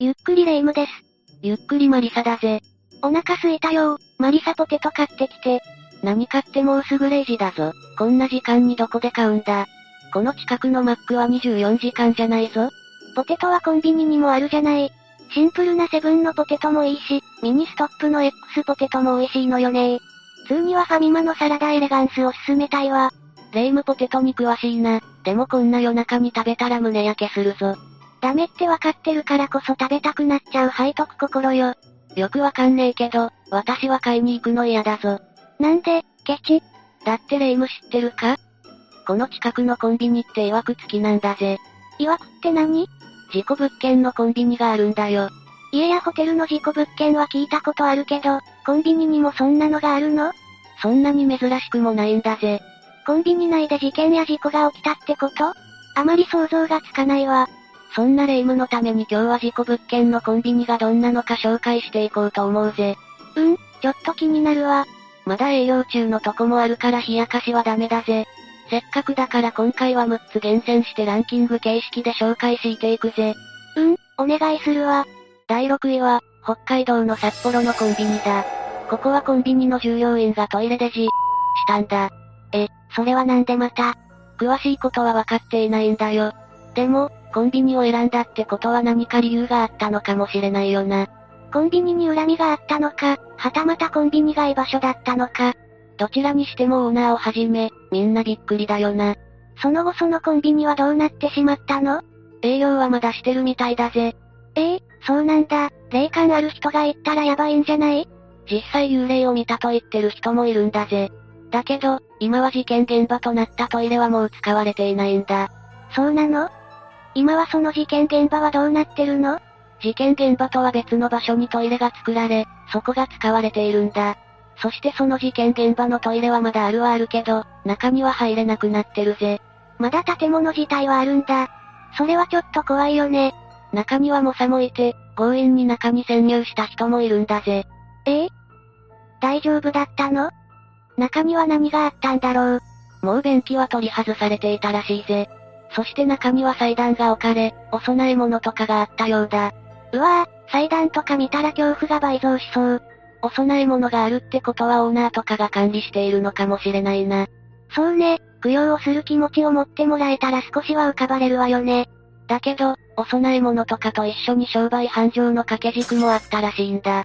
ゆっくりレ夢ムです。ゆっくりマリサだぜ。お腹すいたよー。マリサポテト買ってきて。何かってもうすぐ0時だぞ。こんな時間にどこで買うんだ。この近くのマックは24時間じゃないぞ。ポテトはコンビニにもあるじゃない。シンプルなセブンのポテトもいいし、ミニストップの X ポテトも美味しいのよねー。通にはファミマのサラダエレガンスを勧めたいわ。レイムポテトに詳しいな。でもこんな夜中に食べたら胸焼けするぞ。ダメってわかってるからこそ食べたくなっちゃう背徳心よ。よくわかんねえけど、私は買いに行くの嫌だぞ。なんで、ケチ。だってレイム知ってるかこの近くのコンビニって曰く付きなんだぜ。曰くって何事故物件のコンビニがあるんだよ。家やホテルの事故物件は聞いたことあるけど、コンビニにもそんなのがあるのそんなに珍しくもないんだぜ。コンビニ内で事件や事故が起きたってことあまり想像がつかないわ。そんなレイムのために今日は事故物件のコンビニがどんなのか紹介していこうと思うぜ。うん、ちょっと気になるわ。まだ営業中のとこもあるから冷やかしはダメだぜ。せっかくだから今回は6つ厳選してランキング形式で紹介していくぜ。うん、お願いするわ。第6位は、北海道の札幌のコンビニだ。ここはコンビニの従業員がトイレでじ、したんだ。え、それはなんでまた。詳しいことは分かっていないんだよ。でも、コンビニを選んだってことは何か理由があったのかもしれないよな。コンビニに恨みがあったのか、はたまたコンビニが居場所だったのか。どちらにしてもオーナーをはじめ、みんなびっくりだよな。その後そのコンビニはどうなってしまったの営業はまだしてるみたいだぜ。ええそうなんだ。霊感ある人が言ったらやばいんじゃない実際幽霊を見たと言ってる人もいるんだぜ。だけど、今は事件現場となったトイレはもう使われていないんだ。そうなの今はその事件現場はどうなってるの事件現場とは別の場所にトイレが作られ、そこが使われているんだ。そしてその事件現場のトイレはまだあるはあるけど、中には入れなくなってるぜ。まだ建物自体はあるんだ。それはちょっと怖いよね。中には猛者もいて、強引に中に潜入した人もいるんだぜ。ええ大丈夫だったの中には何があったんだろう。もう便器は取り外されていたらしいぜ。そして中には祭壇が置かれ、お供え物とかがあったようだ。うわぁ、祭壇とか見たら恐怖が倍増しそう。お供え物があるってことはオーナーとかが管理しているのかもしれないな。そうね、供養をする気持ちを持ってもらえたら少しは浮かばれるわよね。だけど、お供え物とかと一緒に商売繁盛の掛け軸もあったらしいんだ。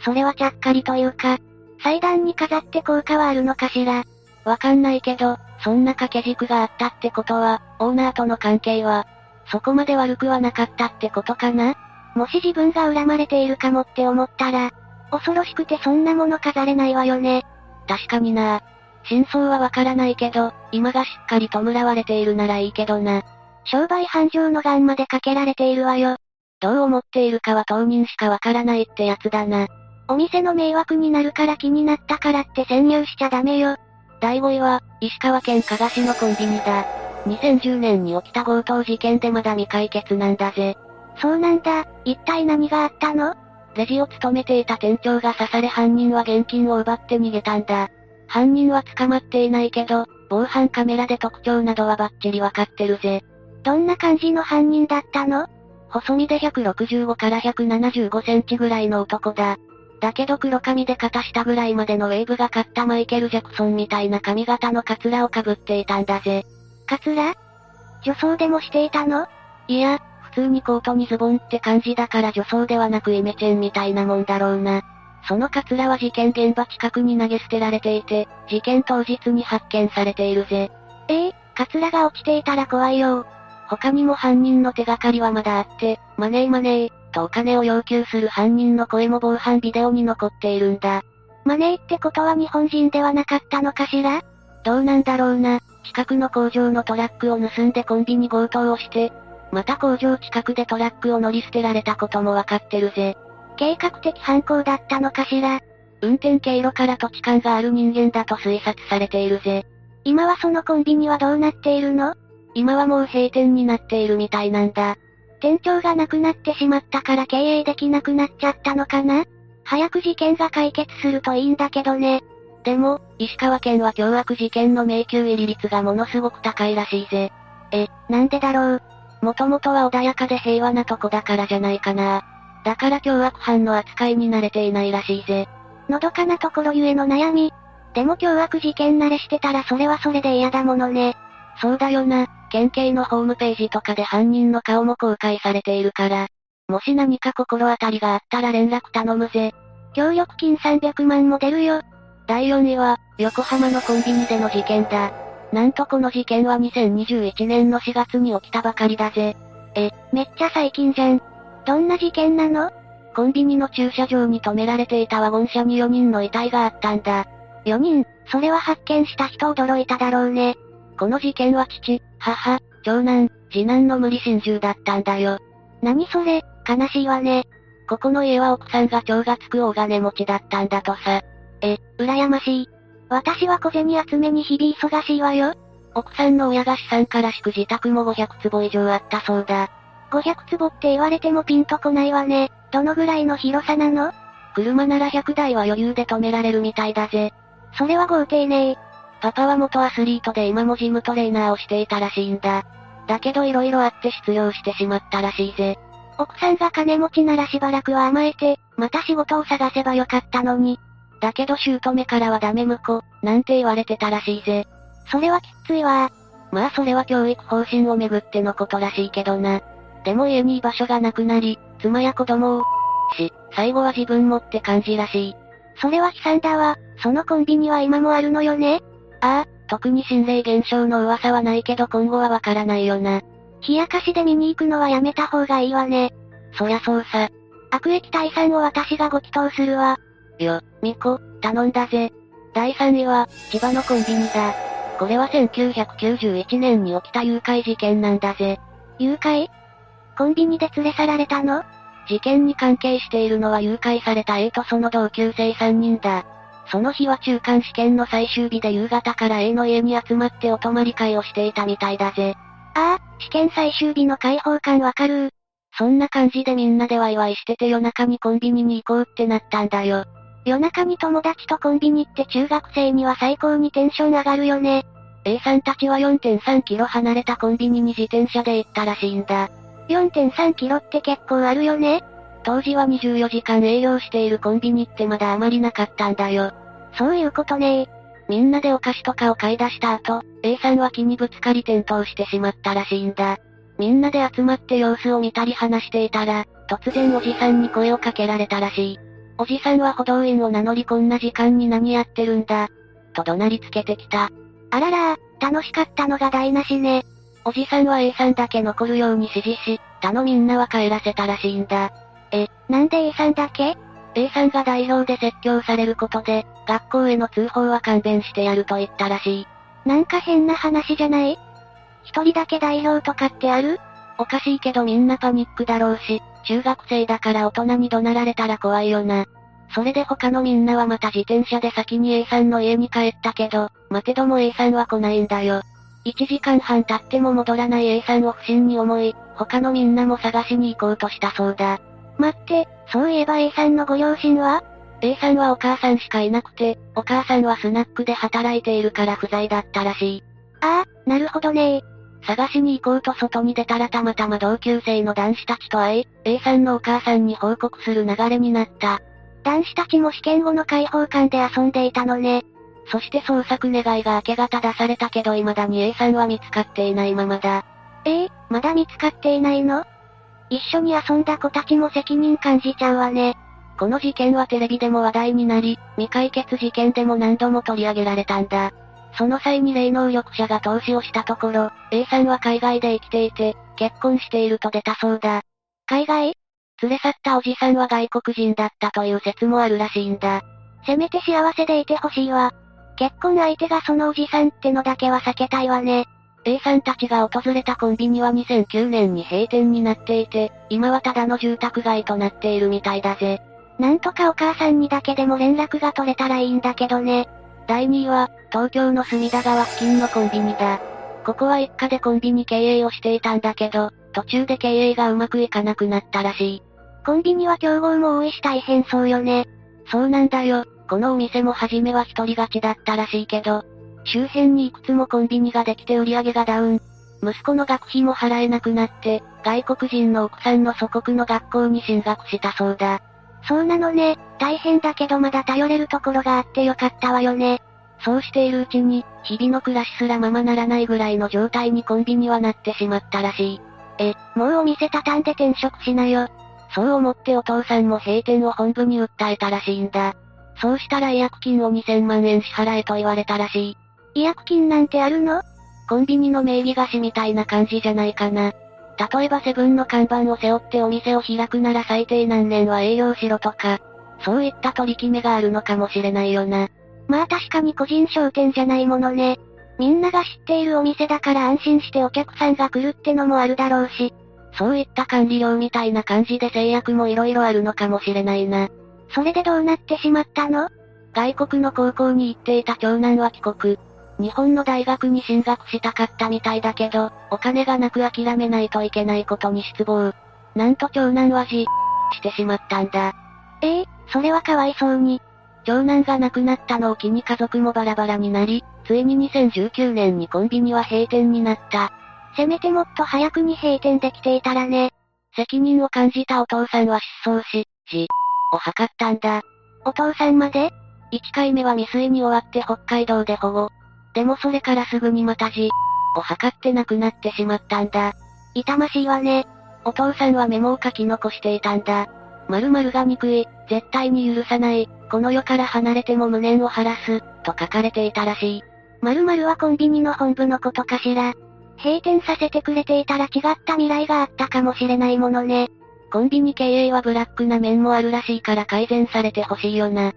それはちゃっかりというか、祭壇に飾って効果はあるのかしら。わかんないけど、そんな掛け軸があったってことは、オーナーとの関係は、そこまで悪くはなかったってことかなもし自分が恨まれているかもって思ったら、恐ろしくてそんなもの飾れないわよね。確かにな。真相はわからないけど、今がしっかり弔われているならいいけどな。商売繁盛の願までかけられているわよ。どう思っているかは当人しかわからないってやつだな。お店の迷惑になるから気になったからって潜入しちゃダメよ。第5位は、石川県加賀市のコンビニだ。2010年に起きた強盗事件でまだ未解決なんだぜ。そうなんだ、一体何があったのレジを務めていた店長が刺され犯人は現金を奪って逃げたんだ。犯人は捕まっていないけど、防犯カメラで特徴などはバッチリわかってるぜ。どんな感じの犯人だったの細身で165から175センチぐらいの男だ。だけど黒髪で肩下ぐらいまでのウェーブがかったマイケル・ジャクソンみたいな髪型のカツラをかぶっていたんだぜ。カツラ女装でもしていたのいや、普通にコートにズボンって感じだから女装ではなくイメチェンみたいなもんだろうな。そのカツラは事件現場近くに投げ捨てられていて、事件当日に発見されているぜ。ええカツラが落ちていたら怖いよ。他にも犯人の手がかりはまだあって、マネーマネー、とお金を要求する犯人の声も防犯ビデオに残っているんだ。マネーってことは日本人ではなかったのかしらどうなんだろうな。近くの工場のトラックを盗んでコンビニ強盗をして、また工場近くでトラックを乗り捨てられたこともわかってるぜ。計画的犯行だったのかしら運転経路から土地勘がある人間だと推察されているぜ。今はそのコンビニはどうなっているの今はもう閉店になっているみたいなんだ。店長が亡くなってしまったから経営できなくなっちゃったのかな早く事件が解決するといいんだけどね。でも、石川県は凶悪事件の迷宮入り率がものすごく高いらしいぜ。なんでだろう。もともとは穏やかで平和なとこだからじゃないかな。だから凶悪犯の扱いに慣れていないらしいぜ。のどかなところゆえの悩み。でも凶悪事件慣れしてたらそれはそれで嫌だものね。そうだよな。県警のホームページとかで犯人の顔も公開されているから。もし何か心当たりがあったら連絡頼むぜ。協力金300万も出るよ。第4位は、横浜のコンビニでの事件だ。なんとこの事件は2021年の4月に起きたばかりだぜ。え、めっちゃ最近じゃん。どんな事件なのコンビニの駐車場に止められていたワゴン車に4人の遺体があったんだ。 4人、それは発見した人驚いただろうね。この事件は父、母、長男、次男の無理心中だったんだよ。何それ、悲しいわね。ここの家は奥さんが蝶がつく大金持ちだったんだとさ。え、羨ましい。私は小銭集めに日々忙しいわよ。奥さんの親が資産からしく自宅も500坪以上あったそうだ。 500坪って言われてもピンとこないわね。どのぐらいの広さなの車なら100台は余裕で止められるみたいだぜ。それは豪邸ねえ。パパは元アスリートで今もジムトレーナーをしていたらしいんだ。だけど色々あって失業してしまったらしいぜ。奥さんが金持ちならしばらくは甘えて、また仕事を探せばよかったのに。だけど姑からはダメ婿、なんて言われてたらしいぜ。それはきついわ。まあそれは教育方針をめぐってのことらしいけどな。でも家に居場所がなくなり、妻や子供を、し、最後は自分もって感じらしい。それは悲惨だわ。そのコンビニは今もあるのよねああ、特に心霊現象の噂はないけど今後はわからないよな。冷やかしで見に行くのはやめた方がいいわね。そりゃそうさ。悪役退散を私がご祈祷するわ。よ、みこ、頼んだぜ。第3位は、千葉のコンビニだ。これは1991年に起きた誘拐事件なんだぜ。誘拐コンビニで連れ去られたの事件に関係しているのは誘拐された A とその同級生3人だ。その日は中間試験の最終日で夕方から A の家に集まってお泊まり会をしていたみたいだぜ。ああ、試験最終日の解放感わかるそんな感じでみんなでワイワイしてて夜中にコンビニに行こうってなったんだよ。夜中に友達とコンビニって中学生には最高にテンション上がるよね。 A さんたちは4.3キロ離れたコンビニに自転車で行ったらしいんだ。 4.3キロって結構あるよね。当時は24時間営業しているコンビニってまだあまりなかったんだよ。そういうことねみんなでお菓子とかを買い出した後、A さんは木にぶつかり転倒してしまったらしいんだ。みんなで集まって様子を見たり話していたら、突然おじさんに声をかけられたらしい。おじさんは歩道員を名乗りこんな時間に何やってるんだ。と怒鳴りつけてきた。あらら楽しかったのが台無しね。おじさんは A さんだけ残るように指示し、他のみんなは帰らせたらしいんだ。え、なんで A さんだけ ?A さんが代表で説教されることで、学校への通報は勘弁してやると言ったらしい。なんか変な話じゃない一人だけ代表とかってあるおかしいけどみんなパニックだろうし、中学生だから大人に怒鳴られたら怖いよな。それで他のみんなはまた自転車で先に A さんの家に帰ったけど、待てども A さんは来ないんだよ。1時間半経っても戻らない A さんを不審に思い、他のみんなも探しに行こうとしたそうだ。待って、そういえば A さんのご両親は ?A さんはお母さんしかいなくて、お母さんはスナックで働いているから不在だったらしい。ああ、なるほどね探しに行こうと外に出たらたまたま同級生の男子たちと会い、A さんのお母さんに報告する流れになった。男子たちも試験後の解放感で遊んでいたのね。そして捜索願いが明け方出されたけど未だに A さんは見つかっていないままだ。ええー、まだ見つかっていないの一緒に遊んだ子たちも責任感じちゃうわね。この事件はテレビでも話題になり、未解決事件でも何度も取り上げられたんだ。その際に霊能力者が投資をしたところ、A さんは海外で生きていて、結婚していると出たそうだ。海外連れ去ったおじさんは外国人だったという説もあるらしいんだ。せめて幸せでいてほしいわ。結婚相手がそのおじさんってのだけは避けたいわね。 A さんたちが訪れたコンビニは2009年に閉店になっていて、今はただの住宅街となっているみたいだぜ。なんとかお母さんにだけでも連絡が取れたらいいんだけどね。第2位は、東京の隅田川付近のコンビニだ。ここは一家でコンビニ経営をしていたんだけど、途中で経営がうまくいかなくなったらしい。コンビニは競合も多いし大変そうよね。そうなんだよ。このお店も初めは一人勝ちだったらしいけど、周辺にいくつもコンビニができて売り上げがダウン。息子の学費も払えなくなって、外国人の奥さんの祖国の学校に進学したそうだ。そうなのね、大変だけどまだ頼れるところがあってよかったわよね。そうしているうちに、日々の暮らしすらままならないぐらいの状態にコンビニはなってしまったらしい。え、もうお店畳んで転職しなよ。そう思ってお父さんも閉店を本部に訴えたらしいんだ。そうしたら違約金を2000万円支払えと言われたらしい。違約金なんてあるのコンビニの名義貸しみたいな感じじゃないかな。例えばセブンの看板を背負ってお店を開くなら最低何年は営業しろとか、そういった取り決めがあるのかもしれないよな。まあ確かに個人商店じゃないものね。みんなが知っているお店だから安心してお客さんが来るってのもあるだろうし。そういった管理料みたいな感じで制約も色々あるのかもしれないな。それでどうなってしまったの外国の高校に行っていた長男は帰国。日本の大学に進学したかったみたいだけど、お金がなく諦めないといけないことに失望。なんと長男はじ、してしまったんだ。ええー、それはかわいそうに。長男が亡くなったのを機に家族もバラバラになり、ついに2019年にコンビニは閉店になった。せめてもっと早くに閉店できていたらね。責任を感じたお父さんは失踪し、じ、を図ったんだ。お父さんまで ?1 回目は未遂に終わって北海道で保護。でもそれからすぐにまたじ、を図ってなくなってしまったんだ。痛ましいわね。お父さんはメモを書き残していたんだ。〇〇が憎い、絶対に許さない、この世から離れても無念を晴らす、と書かれていたらしい。 〇〇はコンビニの本部のことかしら。閉店させてくれていたら違った未来があったかもしれないものね。コンビニ経営はブラックな面もあるらしいから改善されてほしいよな。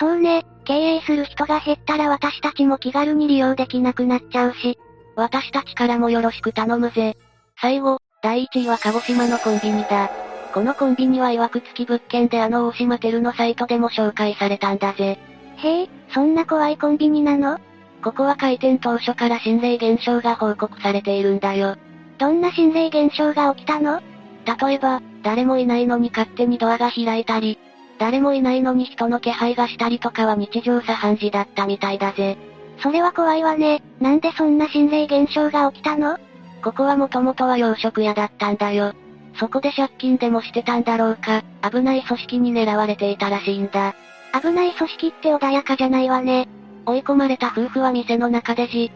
そうね、経営する人が減ったら私たちも気軽に利用できなくなっちゃうし。私たちからもよろしく頼むぜ。最後、第1位は鹿児島のコンビニだ。このコンビニは曰く付き物件であの大島テルのサイトでも紹介されたんだぜ。へえ、そんな怖いコンビニなのここは開店当初から心霊現象が報告されているんだよ。どんな心霊現象が起きたの例えば、誰もいないのに勝手にドアが開いたり、誰もいないのに人の気配がしたりとかは日常茶飯事だったみたいだぜ。それは怖いわね。なんでそんな心霊現象が起きたのここはもともとは洋食屋だったんだよ。そこで借金でもしてたんだろうか、危ない組織に狙われていたらしいんだ。危ない組織って穏やかじゃないわね。追い込まれた夫婦は店の中でじ、し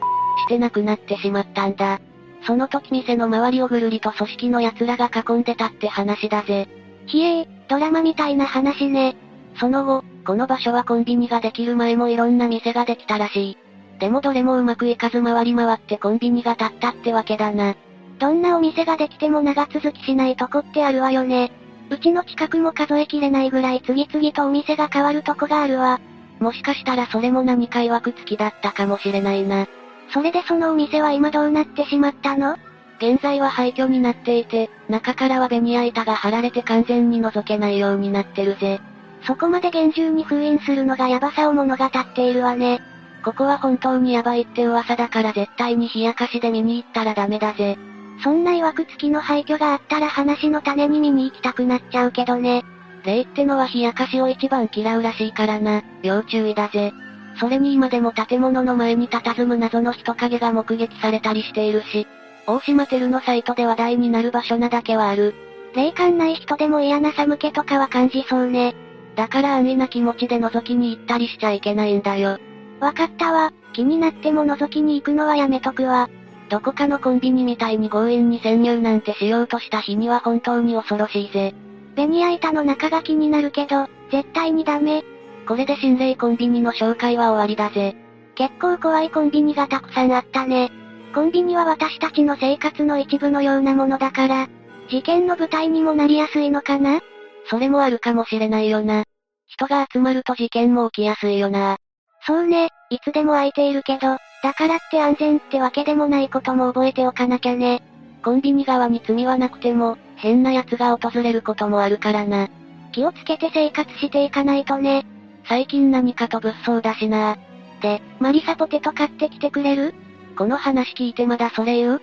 てなくなってしまったんだ。その時店の周りをぐるりと組織の奴らが囲んでたって話だぜ。ひえー、ドラマみたいな話ね。その後、この場所はコンビニができる前もいろんな店ができたらしい。でもどれもうまくいかず回り回ってコンビニが建ったってわけだな。どんなお店ができても長続きしないとこってあるわよね。うちの近くも数えきれないぐらい次々とお店が変わるとこがあるわ。もしかしたらそれも何か曰く付きだったかもしれないな。それでそのお店は今どうなってしまったの現在は廃墟になっていて、中からはベニヤ板が張られて完全に覗けないようになってるぜ。そこまで厳重に封印するのがヤバさを物語っているわね。ここは本当にヤバいって噂だから絶対に冷やかしで見に行ったらダメだぜ。そんな曰く付きの廃墟があったら話の種に見に行きたくなっちゃうけどね。霊ってのは冷やかしを一番嫌うらしいからな、要注意だぜ。それに今でも建物の前に佇む謎の人影が目撃されたりしているし、大島テルのサイトで話題になる場所なだけはある。霊感ない人でも嫌な寒気とかは感じそうね。だから安易な気持ちで覗きに行ったりしちゃいけないんだよ。わかったわ、気になっても覗きに行くのはやめとくわ。どこかのコンビニみたいに強引に潜入なんてしようとした日には本当に恐ろしいぜ。ベニヤ板の中が気になるけど、絶対にダメ。これで心霊コンビニの紹介は終わりだぜ。結構怖いコンビニがたくさんあったね。コンビニは私たちの生活の一部のようなものだから、事件の舞台にもなりやすいのかなそれもあるかもしれないよな。人が集まると事件も起きやすいよな。そうね、いつでも空いているけど、だからって安全ってわけでもないことも覚えておかなきゃね。コンビニ側に罪はなくても、変な奴が訪れることもあるからな。気をつけて生活していかないとね。最近何かと物騒だしな。で、マリサポテト買ってきてくれるこの話聞いてまだそれ言う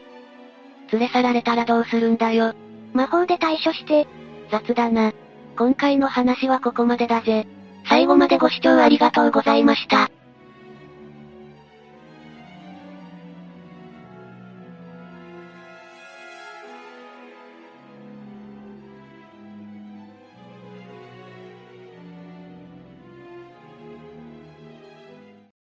連れ去られたらどうするんだよ。魔法で対処して。雑だな。今回の話はここまでだぜ。最後までご視聴ありがとうございました。